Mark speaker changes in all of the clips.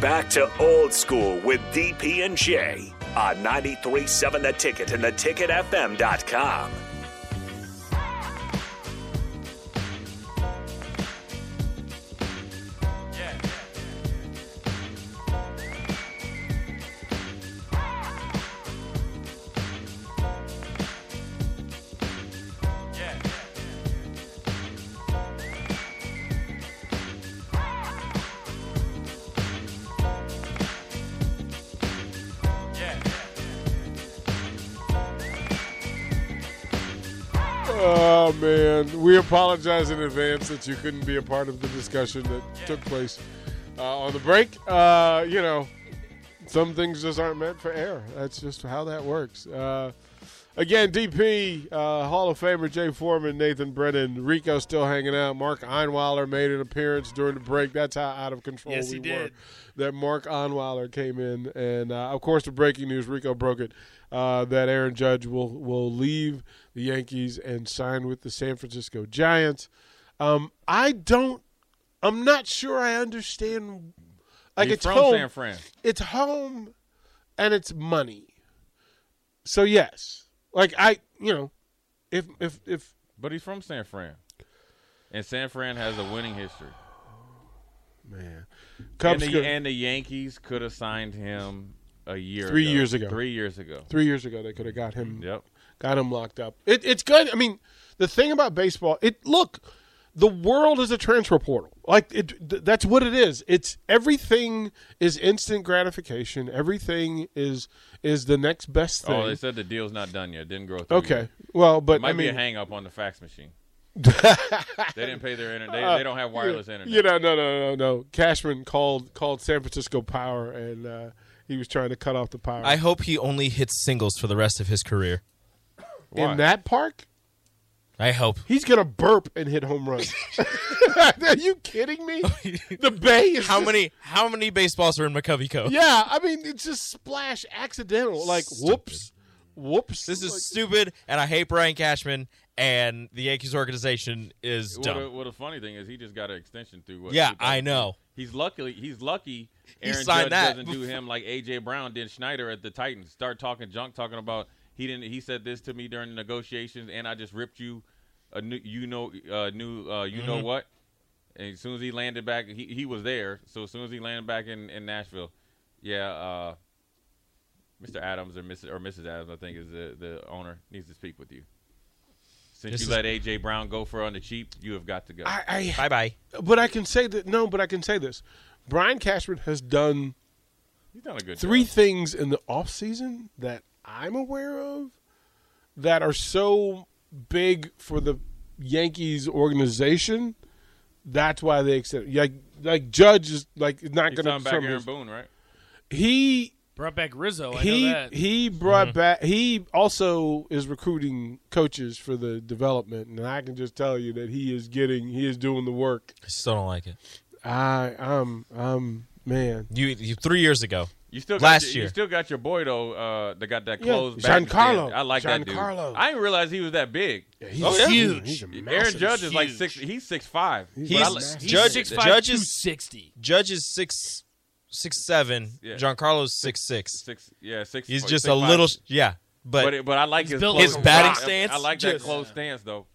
Speaker 1: Back to old school with DP and J on 937 The Ticket and theticketfm.com.
Speaker 2: Oh man, we apologize in advance that you couldn't be a part of the discussion that took place uh, on the break. Uh, you know, some things just aren't meant for air. That's just how that works. Uh, again, DP uh, Hall of Famer Jay Foreman, Nathan Brennan, Rico still hanging out. Mark Einweiler made an appearance during the break. That's how out of control
Speaker 3: Yes,
Speaker 2: we
Speaker 3: he
Speaker 2: were
Speaker 3: did.
Speaker 2: that Mark Onweiler came in, and uh, of course the breaking news Rico broke it uh, that Aaron Judge will will leave the Yankees and sign with the San Francisco Giants. Um, I don't. I'm not sure I understand. Like
Speaker 4: He
Speaker 2: it's
Speaker 4: from
Speaker 2: home.
Speaker 4: San Fran.
Speaker 2: It's home, and it's money. So yes, like I, you know, if if if
Speaker 4: But he's from San Fran. And San Fran has a winning history.
Speaker 2: man,
Speaker 4: And
Speaker 2: Cubs
Speaker 4: the,
Speaker 2: go-
Speaker 4: and the Yankees could have signed him a year
Speaker 2: Three
Speaker 4: ago.
Speaker 2: years ago.
Speaker 4: Three years ago.
Speaker 2: three years ago they could have got him.
Speaker 4: Yep.
Speaker 2: got him locked up. It, it's good. I mean, the thing about baseball, it look, the world is a transfer portal. Like it, th- that's what it is. It's everything is instant gratification. Everything is is the next best thing.
Speaker 4: Oh, they said the deal's not done yet. Didn't grow through.
Speaker 2: okay.
Speaker 4: yet.
Speaker 2: Well, but
Speaker 4: Might
Speaker 2: I mean,
Speaker 4: be a hang up on the fax machine. they didn't pay their internet. They,
Speaker 2: Uh,
Speaker 4: they don't have wireless internet.
Speaker 2: You know, no, no, no, no. Cashman called called San Francisco Power, and uh, he was trying to cut off the power
Speaker 5: I hope he only hits singles for the rest of his career.
Speaker 4: Why?
Speaker 2: in that park.
Speaker 5: I hope.
Speaker 2: He's gonna burp and hit home runs. Are you kidding me? The Bay is
Speaker 5: Oh, How
Speaker 2: just-
Speaker 5: many how many baseballs are in McCoveyco?
Speaker 2: Yeah, I mean, it's just splash accidental. Like, whoops, whoops.
Speaker 5: This is
Speaker 2: Like,
Speaker 5: stupid, and I hate Brian Cashman, and the Yankees organization is
Speaker 4: Well, the,
Speaker 5: dumb.
Speaker 4: well, the funny thing is he just got an extension through. What,
Speaker 5: Yeah,
Speaker 4: 2000?
Speaker 5: I know.
Speaker 4: He's luckily he's lucky.
Speaker 5: He
Speaker 4: Aaron
Speaker 5: signed
Speaker 4: Judge
Speaker 5: that
Speaker 4: doesn't do him like AJ Brown did Schneider at the Titans. Start talking junk, talking about he didn't. He said this to me during the negotiations, and I just ripped you a new, you know, uh, new, uh, you
Speaker 5: Mm-hmm.
Speaker 4: know what. And as soon as he landed back, he, he was there. So as soon as he landed back in, in Nashville, yeah, uh, Mr. Adams or Mrs. or Mrs. Adams, I think is the, the owner needs to speak with you. Since
Speaker 5: This
Speaker 4: you
Speaker 5: is-
Speaker 4: let AJ Brown go for on the cheap, you have got to go.
Speaker 2: I, I
Speaker 5: Bye bye.
Speaker 2: but I can say that no, but I can say this: Brian Cashman has done
Speaker 4: He's done a good
Speaker 2: three
Speaker 4: job.
Speaker 2: things in the off season that I'm aware of that are so big for the Yankees organization. That's why they accept. Like, like Judge is like not
Speaker 4: He's
Speaker 2: going
Speaker 4: talking
Speaker 2: to
Speaker 4: back Aaron
Speaker 2: determine.
Speaker 4: Boone, right?
Speaker 2: He
Speaker 3: Brought back
Speaker 5: Oh,
Speaker 3: Rizzo. I
Speaker 2: he
Speaker 3: know that.
Speaker 2: he brought back he also is recruiting coaches for the development and i can just tell you that he is getting he is doing the work
Speaker 5: I still don't like it.
Speaker 2: i i'm i'm man
Speaker 5: You, you three years ago.
Speaker 4: You still
Speaker 5: Last
Speaker 4: got your,
Speaker 5: year.
Speaker 4: You still got your boy though. Uh, that got that
Speaker 2: Yeah,
Speaker 4: closed. back and stand.
Speaker 2: Giancarlo.
Speaker 4: I like that dude.
Speaker 2: Giancarlo.
Speaker 4: I didn't realize he was that big.
Speaker 2: he's
Speaker 5: Oh, yeah.
Speaker 3: huge.
Speaker 2: he's a massive-
Speaker 4: Aaron Judge is like
Speaker 3: huge.
Speaker 4: six. He's six five.
Speaker 5: He's-
Speaker 4: But I li-
Speaker 5: he's
Speaker 4: Judge-
Speaker 5: six five.
Speaker 3: 6'5",
Speaker 5: Judges-
Speaker 3: 260.
Speaker 5: Judge is six six seven.
Speaker 4: Yeah.
Speaker 5: Giancarlo's six six.
Speaker 4: six. Yeah, six.
Speaker 5: He's
Speaker 4: four-
Speaker 5: just
Speaker 4: six
Speaker 5: a
Speaker 4: five.
Speaker 5: little yeah. But,
Speaker 4: But it- but I like his
Speaker 3: built
Speaker 4: close-
Speaker 5: His batting
Speaker 4: I-
Speaker 5: stance,
Speaker 4: I, like that
Speaker 5: just-
Speaker 4: close stance though.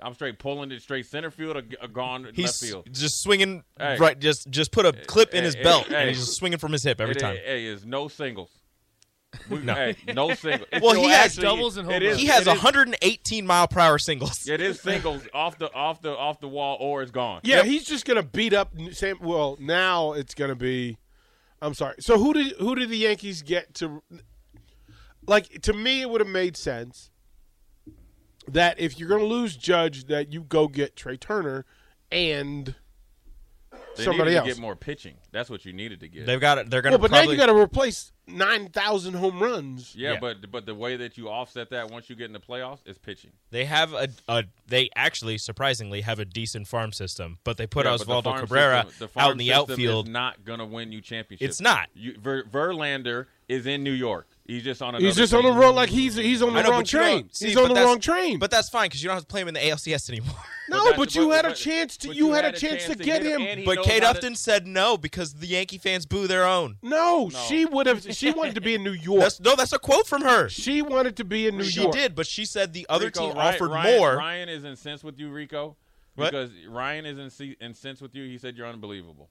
Speaker 4: I'm straight pulling it straight center field or, g- or gone
Speaker 5: he's
Speaker 4: left field.
Speaker 5: just swinging
Speaker 4: Hey.
Speaker 5: right just just put a clip in
Speaker 4: Hey,
Speaker 5: his
Speaker 4: hey,
Speaker 5: belt
Speaker 4: hey.
Speaker 5: and he's just swinging from his hip every
Speaker 4: It-
Speaker 5: time.
Speaker 4: it- Hey, is no singles. We- hey, no singles.
Speaker 5: Well,
Speaker 4: So
Speaker 5: he has
Speaker 4: actually,
Speaker 3: doubles and home
Speaker 4: it is-
Speaker 5: he
Speaker 4: it
Speaker 5: has
Speaker 4: is-
Speaker 5: 118 mile per hour singles.
Speaker 4: It is singles off the off the off the wall or it's gone.
Speaker 2: yeah he's just gonna beat up N- sam well now it's gonna be i'm sorry so who did who did the yankees get to like to me it would have made sense that if you're gonna lose judge that you go get trey turner and
Speaker 4: They
Speaker 2: somebody
Speaker 4: needed
Speaker 2: else
Speaker 4: to get more pitching. That's what you needed to get.
Speaker 5: They've got it. They're going
Speaker 2: Well,
Speaker 5: to
Speaker 2: but now
Speaker 5: probably
Speaker 2: you got to replace nine thousand home runs.
Speaker 4: Yeah,
Speaker 5: Yeah.
Speaker 4: but but the way that you offset that once you get in the playoffs is pitching.
Speaker 5: They have a, a they actually surprisingly have a decent farm system, but they put
Speaker 4: Yeah, but the
Speaker 5: Oswaldo
Speaker 4: farm
Speaker 5: Cabrera
Speaker 4: system- the farm
Speaker 5: out in the
Speaker 4: system
Speaker 5: outfield.
Speaker 4: Is not gonna win you championships.
Speaker 5: It's not.
Speaker 4: You, Ver, Verlander is in New York. He's just on.
Speaker 2: He's
Speaker 4: another
Speaker 2: just on the
Speaker 4: team.
Speaker 2: road like he's he's on the
Speaker 5: I know,
Speaker 2: wrong
Speaker 5: but you don't-
Speaker 2: train.
Speaker 5: see,
Speaker 2: he's on
Speaker 5: but
Speaker 2: the
Speaker 5: that's-
Speaker 2: wrong train.
Speaker 5: But that's fine because you don't have to play him in the ALCS anymore.
Speaker 2: No,
Speaker 4: that's-
Speaker 2: but you had a
Speaker 4: but-
Speaker 2: chance to-
Speaker 4: but
Speaker 2: you had a chance to get him.
Speaker 4: and he
Speaker 5: But
Speaker 4: knows
Speaker 5: Kate
Speaker 4: how to-
Speaker 5: Upton said no because the Yankee fans boo their own.
Speaker 2: No,
Speaker 4: No.
Speaker 2: she would have. She wanted to be in New York.
Speaker 5: That's no, that's a quote from her.
Speaker 2: she wanted to be in New
Speaker 5: She
Speaker 2: York.
Speaker 5: did, but she said the other
Speaker 4: Rico,
Speaker 5: team
Speaker 4: Ryan-
Speaker 5: offered
Speaker 4: Ryan-
Speaker 5: more.
Speaker 4: Ryan is incensed with you, Rico,
Speaker 5: What?
Speaker 4: because Ryan is ince- incensed with you. He said you're unbelievable.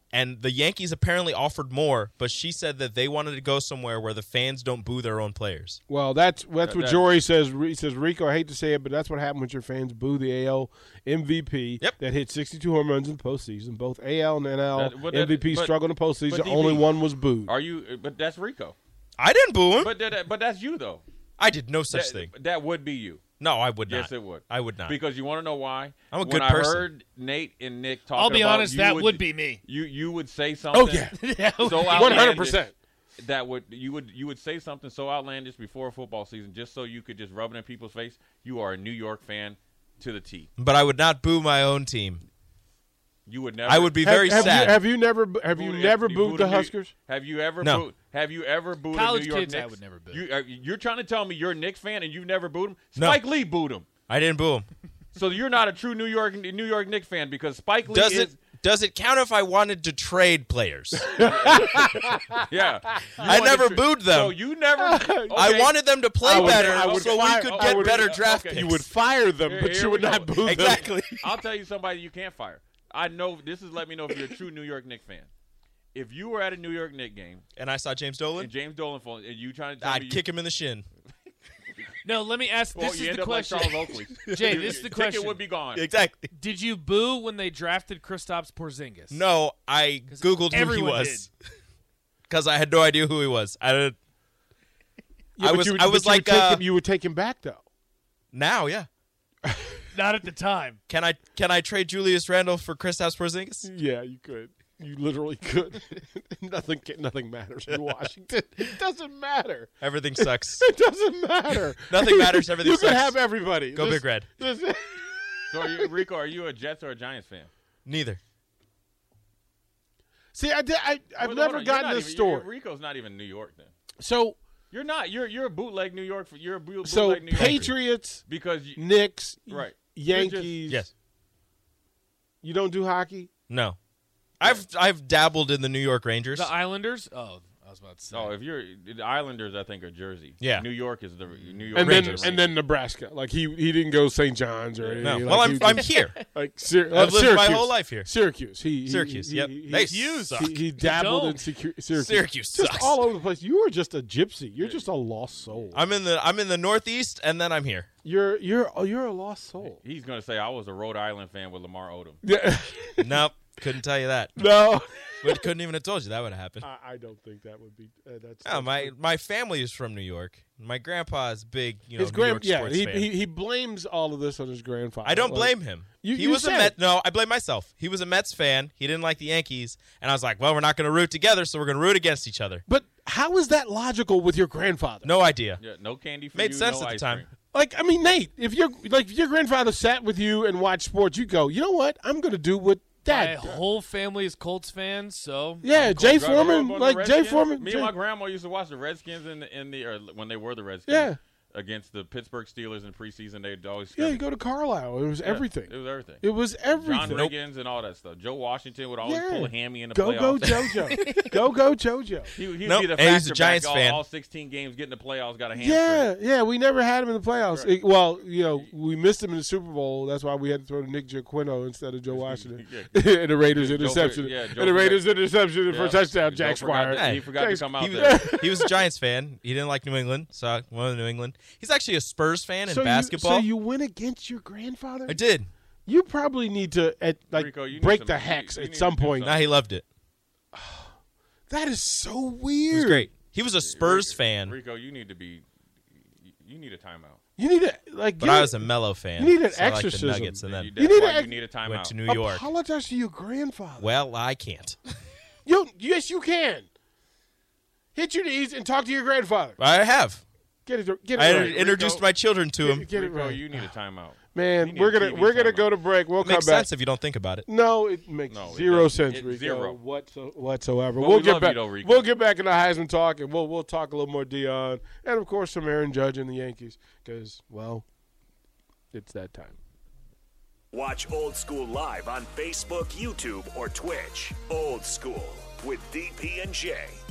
Speaker 5: and the Yankees apparently offered more, but she said that they wanted to go somewhere where the fans don't boo their own players.
Speaker 2: Well, that's that's
Speaker 4: That-
Speaker 2: what
Speaker 4: that-
Speaker 2: Jory says. He says Rico. I hate to say it, but that's what happened when your fans boo the AL MVP
Speaker 5: Yep.
Speaker 2: that hit 62 home runs in the postseason. Both AL and NL
Speaker 4: That- but that-
Speaker 2: MVP
Speaker 4: but-
Speaker 2: struggled in the postseason.
Speaker 4: but DB,
Speaker 2: Only one was booed.
Speaker 4: Are you? But that's Rico.
Speaker 5: I didn't boo him.
Speaker 4: But that, but that's you though.
Speaker 5: I did no such
Speaker 4: that,
Speaker 5: thing.
Speaker 4: That would be you.
Speaker 5: No, I would not.
Speaker 4: Yes, it would.
Speaker 5: I would not.
Speaker 4: Because you want to know why?
Speaker 5: I'm a
Speaker 4: when
Speaker 5: good
Speaker 4: I
Speaker 5: person.
Speaker 4: heard Nate and Nick talking
Speaker 6: I'll be
Speaker 4: about
Speaker 6: honest,
Speaker 4: you
Speaker 6: that would be me.
Speaker 4: You you would
Speaker 5: Oh,
Speaker 4: say something.
Speaker 6: That would
Speaker 4: so
Speaker 6: be-
Speaker 4: outlandish
Speaker 2: 100%.
Speaker 4: That would you would you would say something so outlandish before football season just so you could just rub it in people's face. You are a New York fan to the T.
Speaker 5: but I would not boo my own team.
Speaker 4: You would never.
Speaker 5: I would be
Speaker 2: Have-
Speaker 5: very
Speaker 2: have,
Speaker 5: sad.
Speaker 2: You, have you never? bo- Have you
Speaker 4: booed-
Speaker 2: never
Speaker 4: you
Speaker 2: booed the
Speaker 4: a New-
Speaker 2: Huskers?
Speaker 4: Have you ever?
Speaker 5: No.
Speaker 4: Booed, have you ever booed
Speaker 6: College
Speaker 4: a New York
Speaker 6: kids I
Speaker 4: Knicks?
Speaker 6: would never boo.
Speaker 4: You, are, you're trying to tell me you're a Knicks fan and you never booed him?
Speaker 5: No.
Speaker 4: Spike Lee booed him.
Speaker 5: I didn't boo him.
Speaker 4: So you're not a true New York New York Knicks fan because Spike Lee
Speaker 5: Does
Speaker 4: is
Speaker 5: it does it count if I wanted to trade players?
Speaker 4: yeah. You
Speaker 5: I
Speaker 4: wanted
Speaker 5: never
Speaker 4: to-
Speaker 5: booed them.
Speaker 4: So you never.
Speaker 5: I
Speaker 4: okay.
Speaker 5: wanted them to play
Speaker 2: I would-
Speaker 5: better
Speaker 2: I would
Speaker 5: so
Speaker 2: fire-
Speaker 5: we could
Speaker 4: I
Speaker 5: get
Speaker 4: would-
Speaker 5: better
Speaker 4: okay.
Speaker 5: draft
Speaker 4: You
Speaker 5: picks.
Speaker 2: You would fire them,
Speaker 4: Here-
Speaker 2: but
Speaker 4: here
Speaker 2: you would
Speaker 4: we go.
Speaker 2: not boo them.
Speaker 5: exactly.
Speaker 4: I'll tell you somebody you can't fire. I know this is let me know if you're a true New York Knicks fan. If you were at a New York Knicks game
Speaker 5: And I saw James Dolan.
Speaker 4: and James Dolan phone and you trying to tell me
Speaker 5: I'd
Speaker 4: you,
Speaker 5: kick him in the shin.
Speaker 6: No, let me ask.
Speaker 4: well,
Speaker 6: this
Speaker 4: you
Speaker 6: is
Speaker 4: end
Speaker 6: the
Speaker 4: up
Speaker 6: question.
Speaker 4: like Charles Oakley.
Speaker 6: Jay,
Speaker 4: Your-
Speaker 6: this is
Speaker 4: your
Speaker 6: the question.
Speaker 4: Ticket would be gone.
Speaker 5: Exactly.
Speaker 6: Did you boo when they drafted Kristaps Porzingis?
Speaker 5: No, I googled who he
Speaker 6: everyone
Speaker 5: was because I had no idea who he was. I don't.
Speaker 2: Yeah,
Speaker 5: I
Speaker 2: but
Speaker 5: was.
Speaker 2: you would-
Speaker 5: I
Speaker 2: but
Speaker 5: was
Speaker 2: you would
Speaker 5: like
Speaker 2: take
Speaker 5: uh,
Speaker 2: him- you would take him back though.
Speaker 5: now. Yeah.
Speaker 6: Not at the time.
Speaker 5: Can I can I trade Julius Randle for Kristaps Porzingis?
Speaker 2: Yeah, you could. You literally could. nothing. ca- Nothing matters in Washington. It doesn't matter.
Speaker 5: Everything sucks.
Speaker 2: It doesn't matter.
Speaker 5: Nothing matters, everything
Speaker 2: you can
Speaker 5: sucks.
Speaker 2: have everybody.
Speaker 5: Go Big Red.
Speaker 2: this-
Speaker 4: So are you, Rico, are you a Jets or a Giants fan?
Speaker 5: Neither.
Speaker 2: see, I, did, I I've
Speaker 4: Well, hold
Speaker 2: never
Speaker 4: on, you're
Speaker 2: gotten
Speaker 4: not
Speaker 2: this
Speaker 4: even- you're-
Speaker 2: story.
Speaker 4: Rico's not even New York then.
Speaker 2: so
Speaker 4: You're not. You're you're a bootleg New York. You're a boot- bootleg
Speaker 2: so
Speaker 4: New York
Speaker 2: Patriots,
Speaker 4: because you,
Speaker 2: Knicks,
Speaker 4: Right. You're
Speaker 2: Yankees.
Speaker 4: just-
Speaker 5: Yes.
Speaker 2: You don't do hockey.
Speaker 5: No. I've I've dabbled in the New York Rangers.
Speaker 6: The Islanders. Oh, I was about to say.
Speaker 4: Oh, if you're the Islanders, I think are Jersey.
Speaker 5: Yeah.
Speaker 4: New York is the New York.
Speaker 2: And
Speaker 5: Rangers.
Speaker 2: then and then Nebraska. Like he he didn't go St. John's or anything.
Speaker 5: no.
Speaker 2: Like,
Speaker 5: well,
Speaker 2: he
Speaker 5: I'm
Speaker 2: was
Speaker 5: I'm
Speaker 2: just-
Speaker 5: here.
Speaker 2: like Syr- uh,
Speaker 5: I've lived my
Speaker 2: Syracuse.
Speaker 5: whole life here.
Speaker 2: Syracuse. He, he
Speaker 5: Syracuse,
Speaker 2: He,
Speaker 5: yep.
Speaker 2: He,
Speaker 5: They
Speaker 2: he,
Speaker 5: suck.
Speaker 2: he, he dabbled in
Speaker 6: don't.
Speaker 2: secu- Syracuse.
Speaker 5: Syracuse
Speaker 2: just
Speaker 5: sucks.
Speaker 2: all over the place. You are just a gypsy. You're just a lost soul.
Speaker 5: I'm in the I'm in the Northeast, and then I'm here.
Speaker 2: You're you're oh, you're a lost soul.
Speaker 4: He's gonna say I was a Rhode Island fan with Lamar Odom.
Speaker 2: Yeah.
Speaker 5: nope. Couldn't tell you that.
Speaker 2: no.
Speaker 5: But couldn't even have told you that would have happened.
Speaker 2: I, I don't think that would be uh, that's
Speaker 5: Yeah, my my family is from New York. My grandpa's big, you know,
Speaker 2: his
Speaker 5: New
Speaker 2: grand
Speaker 5: York
Speaker 2: yeah
Speaker 5: sports
Speaker 2: he,
Speaker 5: fan.
Speaker 2: he he blames all of this on his grandfather.
Speaker 5: I don't
Speaker 2: Like,
Speaker 5: blame him.
Speaker 2: You-
Speaker 5: he
Speaker 2: you
Speaker 5: was a
Speaker 2: said
Speaker 5: Met.
Speaker 2: it.
Speaker 5: No, I blame myself. He was a Mets fan. He didn't like the Yankees, and I was like, "Well, we're not going to root together, so we're going to root against each other."
Speaker 2: But how is that logical with your grandfather?
Speaker 5: No idea.
Speaker 4: Yeah, no candy for
Speaker 5: Made
Speaker 4: you,
Speaker 5: sense
Speaker 4: no
Speaker 5: at the
Speaker 4: ice
Speaker 5: time.
Speaker 4: cream.
Speaker 2: Like I mean, Nate, if your like if your grandfather sat with you and watched sports, you go, you know what? I'm going to do what
Speaker 6: my
Speaker 2: dad. does."
Speaker 6: whole family is Colts fans, so
Speaker 2: Yeah, Jay
Speaker 4: Growing up
Speaker 2: Foreman,
Speaker 4: on the
Speaker 2: like Jay
Speaker 4: Redskins,
Speaker 2: Foreman.
Speaker 4: Me
Speaker 2: Jay-
Speaker 4: and my grandma used to watch the Redskins in the, in the or when they were the Redskins.
Speaker 2: Yeah.
Speaker 4: Against the Pittsburgh Steelers in preseason, they'd always
Speaker 2: yeah,
Speaker 4: scare
Speaker 2: you
Speaker 4: me.
Speaker 2: go to Carlisle. It was everything.
Speaker 4: It was everything.
Speaker 2: It was
Speaker 4: John
Speaker 2: everything.
Speaker 4: Riggins and all that stuff. Joe Washington would always
Speaker 2: Yeah.
Speaker 4: pull a hammy in the
Speaker 2: Go
Speaker 4: playoffs.
Speaker 2: go JoJo. go go JoJo.
Speaker 4: He, he'd
Speaker 5: Nope.
Speaker 4: be the
Speaker 5: And he's
Speaker 4: factor
Speaker 5: a
Speaker 4: back
Speaker 5: Giants
Speaker 4: all,
Speaker 5: fan.
Speaker 4: all 16 games, getting the playoffs, got a hamstring.
Speaker 2: Yeah, yeah, we never had him in the playoffs. It- well, you know, we missed him in the Super Bowl. That's why we had to throw to Nick Giacquino instead of Joe Washington. and the Raiders interception.
Speaker 4: yeah, Joe
Speaker 2: and the Raiders
Speaker 4: forgot-
Speaker 2: interception for
Speaker 4: Yeah.
Speaker 2: a touchdown,
Speaker 4: Joe
Speaker 2: Jack
Speaker 4: forgot
Speaker 2: Squire.
Speaker 4: to- He
Speaker 5: Hey.
Speaker 4: forgot to
Speaker 2: Jack-
Speaker 4: come
Speaker 5: He
Speaker 4: out there.
Speaker 5: was, he was a Giants fan. He didn't like New England, so I wanted New England. He's actually a Spurs fan in
Speaker 2: so
Speaker 5: basketball.
Speaker 2: You, so you went against your grandfather?
Speaker 5: I did.
Speaker 2: You probably need to at like
Speaker 4: Rico, you need
Speaker 2: break
Speaker 4: some-
Speaker 2: the
Speaker 4: you-
Speaker 2: hex
Speaker 4: you need
Speaker 2: at
Speaker 4: to
Speaker 2: some
Speaker 4: do
Speaker 2: point.
Speaker 5: Now he loved it.
Speaker 2: That is so
Speaker 5: It was
Speaker 2: weird.
Speaker 5: great. He was a Spurs fan,
Speaker 4: Rico, you need to be. you- You need a timeout.
Speaker 2: You need to like
Speaker 5: but
Speaker 2: get-
Speaker 5: I was a Mellow fan.
Speaker 2: you need an
Speaker 5: so I liked
Speaker 2: exorcism.
Speaker 5: the Nuggets, and
Speaker 4: You,
Speaker 5: then
Speaker 4: that's
Speaker 2: need
Speaker 4: why
Speaker 2: to-
Speaker 4: you need a timeout.
Speaker 5: went to New York.
Speaker 2: apologize to your grandfather.
Speaker 5: Well, I can't.
Speaker 2: You yes you can. Hit your knees and talk to your grandfather.
Speaker 5: I have.
Speaker 2: Get it. Get it.
Speaker 5: I
Speaker 2: right.
Speaker 5: introduced my children to him.
Speaker 2: Get it
Speaker 4: Rico,
Speaker 2: right.
Speaker 4: you need a timeout. you
Speaker 2: Man,
Speaker 4: need
Speaker 2: we're
Speaker 4: a
Speaker 2: gonna
Speaker 4: TV
Speaker 2: we're gonna
Speaker 4: timeout.
Speaker 2: go to break. We'll come
Speaker 5: Makes
Speaker 2: back.
Speaker 5: sense if you don't think about it.
Speaker 2: No, it makes
Speaker 4: No, it
Speaker 2: zero
Speaker 4: doesn't.
Speaker 2: sense,
Speaker 4: It's
Speaker 2: Rico.
Speaker 4: zero.
Speaker 2: whatso- whatsoever.
Speaker 4: But
Speaker 2: we'll
Speaker 4: we
Speaker 2: get
Speaker 4: love you
Speaker 2: back.
Speaker 4: though, Rico.
Speaker 2: We'll get back into Heisman talk, and we'll we'll talk a little more Dion, and of course some Aaron Judge and the Yankees, because well, it's that time.
Speaker 1: Watch Old School live on Facebook, YouTube, or Twitch. Old School with DP and J